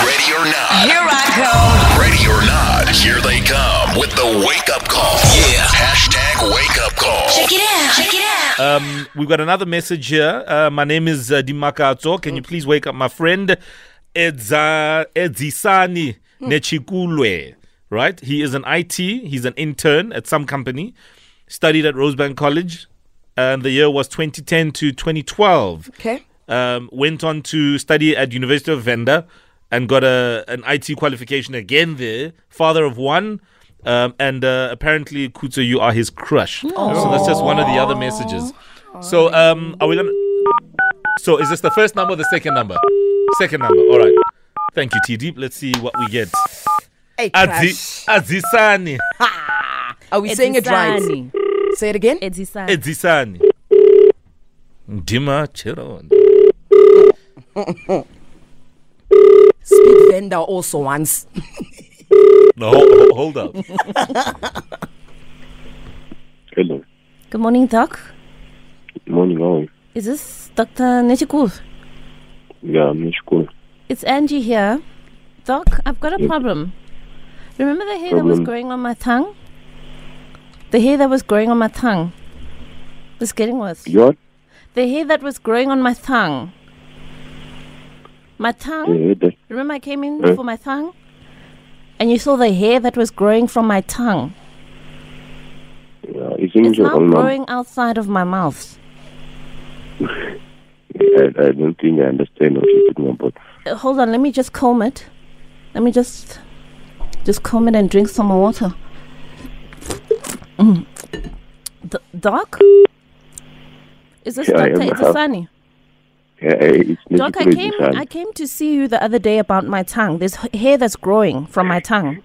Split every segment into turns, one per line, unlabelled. not.
Here I
Ready or not, here they come with the wake up call. Yeah. Hashtag wake up call.
go. Check it out. Check it out.
Uh,
Um, we've got another message here. Uh, my name is uh, Dimaka Atso. Can you please wake up my friend Edza, Edzisani Nechikulwe? Right? He is an IT, he's an intern at some company, studied at Rosebank College, and the year was 2010 to 2012.
Okay.
Um, went on to study at University of Venda and got a an IT qualification again there. Father of one. Um, and uh, apparently, Kuto, you are his crush. So that's just one of the other messages. So um, are we gonna? So is this the first number, or the second number? Second number. All right. Thank you, T Deep. Let's see what we get.
Hey,
Azi,
crush.
Azisani,
Are we saying it right?
Edzisani.
Say it again.
Edzisani.
Edzisani, Dima Chiron.
Speed vendor also once.
No, ho- ho- hold up.
Hello.
Good morning, Doc.
Good morning, how are you?
Is this Dr. Nechikul?
Yeah, I'm in school.
It's Angie here. Doc, I've got a problem. Remember the hair that was
Problem?
growing on my tongue? The hair that was growing on my tongue. It's getting worse.
You what?
The hair that was growing on my tongue. My tongue.
Yeah, that,
Remember I came in
Huh?
for my tongue? And you saw the hair that was growing from my tongue.
yeah, uh, it's
It's
injured
now
on my...
growing outside of my mouth.
I, I don't think I understand what you're talking about.
Uh, hold on, let me just comb it. Let me just just comb it and drink some more water. Mm. D- Doc? Is this
Yeah, I
Dr.
am.
It's Sunny?
Yeah, I- it's not
Doc, I
crazy,
came
son.
I came to see you the other day about my tongue. There's h- hair that's growing from my tongue.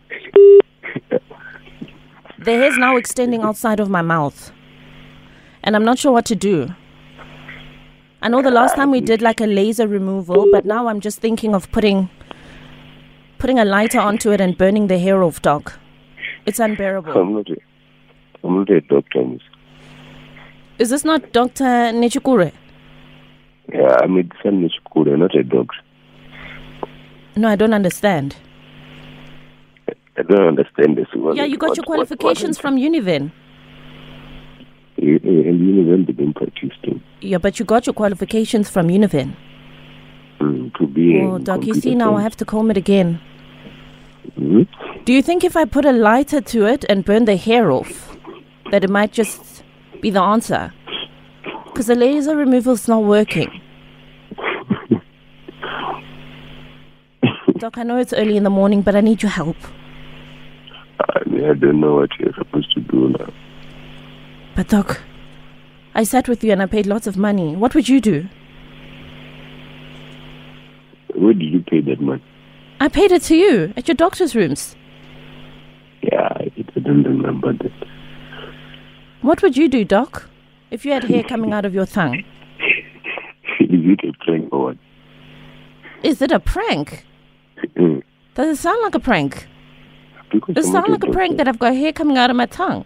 The hair's now extending outside of my mouth. And I'm not sure what to do. I know the last time we did like a laser removal, but now I'm just thinking of putting putting a lighter onto it and burning the hair off, Doc. It's unbearable.
I'm not a, I'm not a doctor, miss.
Is this not Dr. Nechikure?
Yeah, I'm a son in school, I'm not a doctor.
No, I don't understand.
I don't understand this one.
Yeah, you got your qualifications from Univen.
Yeah, yeah, and you know when they don't practice too.
Yeah, but you got your qualifications from Univen.
Mm, to be
Oh,
a
Doc, you
computer
see now I
science.
have to comb it again.
Mhm.
Do you think if I put a lighter to it and burn the hair off, that it might just be the answer? Because the laser removal's not working. Doc, I know it's early in the morning, but I need your help.
I, mean, I don't know what you're supposed to do now.
But, Doc, I sat with you and I paid lots of money. What would you do?
Where did you pay that money?
I paid it to you at your doctor's rooms.
Yeah, I, I don't remember that.
What would you do, Doc, if you had hair coming out of your tongue?
Is it a prank or what?
Is it a prank?
Mm.
Does it sound like a prank?
Because
It
I'm
sounds
not
like a prank that I've got hair coming out of my tongue.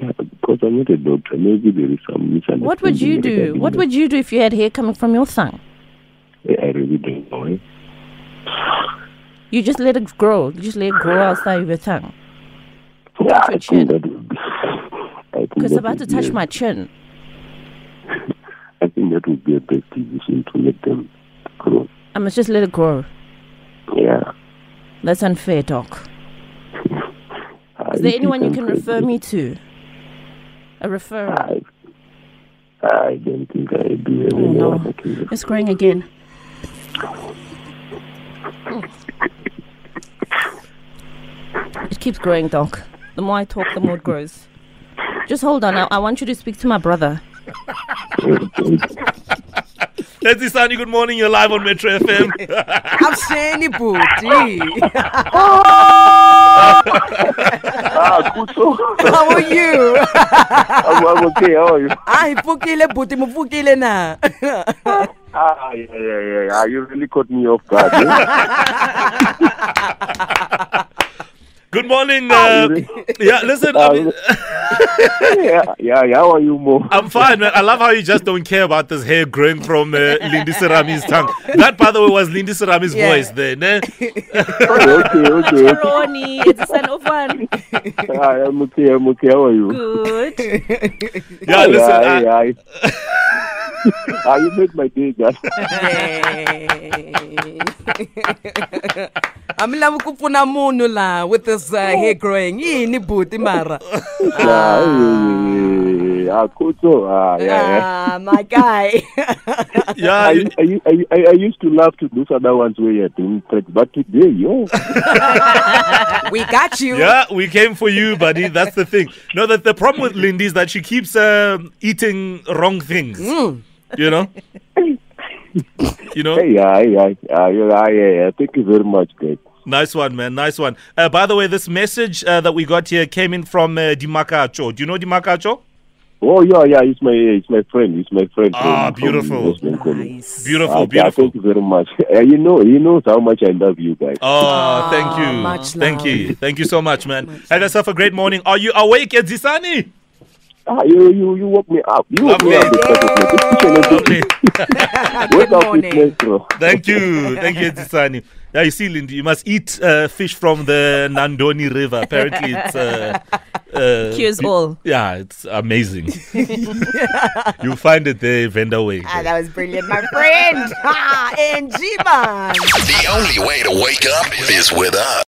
doctor. Because I'm not a doctor. Maybe there is some misunderstanding.
What would you do?
regarding
What
that.
would you do if you had hair coming from your tongue?
Yeah, I really don't know. eh?
You just let it grow. You just let it grow outside of your tongue.
Yeah, I
your chin.
think that would be. I think
Because
that
about to
would
touch
be a-
my chin.
I think that would be a best decision to let them grow.
I must just let it grow.
Yeah.
That's unfair, Doc.
I
Is there
think
anyone you
I'm
can
quite
refer
good.
me to? A referral.
I, I don't think I do have
Oh,
anyone
no.
I can refer.
It's growing again. It keeps growing, Doc. The more I talk, the more it grows. Just hold on. I, I want you to speak to my brother.
Edzisani, good morning. You're live on Metro FM.
I'm saying it, booty.
Ah, good. So,
How are you?
I'm, I'm okay. How are you?
I fukile booty, mufukile na.
Ah, yeah, yeah, yeah, yeah. You really caught me off guard. eh?
Good morning. Uh, yeah, listen, I mean,
yeah, yeah, yeah, how are you, Mo?
I'm fine, man. I love how you just don't care about this hair growing from uh, Lindy Serami's tongue. That, by the way, was Lindy Serami's
Yeah.
voice eh? there. Ne?
okay, okay, okay.
Macaroni. It's a son of one.
Hi, I'm okay, I'm okay. How are you?
Good.
Yeah, listen. I-
Hi, hi. Ah, you made my day, guys.
a mi lavi ku pfuna munhu laha with this uh, hair growing yini buti mara
Yeah, yeah, yeah. Ah, cool, so, ah, yeah, yeah.
Ah, my guy
Yeah,
I,
you-
I, I, I, I used to love to do other ones where you're doing tricks, but today, yo.
we got you
yeah, we came for you, buddy. That's the thing. No, that the problem with Lindy is that she keeps um, eating wrong things.
Mm.
You know. you know.
Hey, yeah, yeah, yeah, yeah, yeah, yeah. Thank you very much, guys.
Nice one, man. Nice one. Uh, by the way, this message uh, that we got here came in from uh, Dimakacho. Do you know Dimakacho?
Oh, yeah, yeah, it's my, it's my friend, it's my friend.
Ah,
from- from
beautiful.
Western Congo.
Beautiful,
Okay,
beautiful.
Thank you very much. Uh, you know, he knows how much I love you guys.
Oh, thank you.
much
thank
love.
you. Thank you so much, man. Have yourself a great morning. Are you awake, Edzisani?
Ah, you, you, you woke me up. You woke me up.
Lovely.
because of my picture, you know,
Lovely.
Wake up with
morning.
me, bro.
Thank you. Thank you, Edzisani. Yeah, you see, Lindy, you must eat uh, fish from the Nandoni River. Apparently, it's. Uh, uh,
Cures all.
Yeah, it's amazing. You'll find it there, vendor way.
Ah, that was brilliant, my friend. Ah, NG man.
The only way to wake up is with us.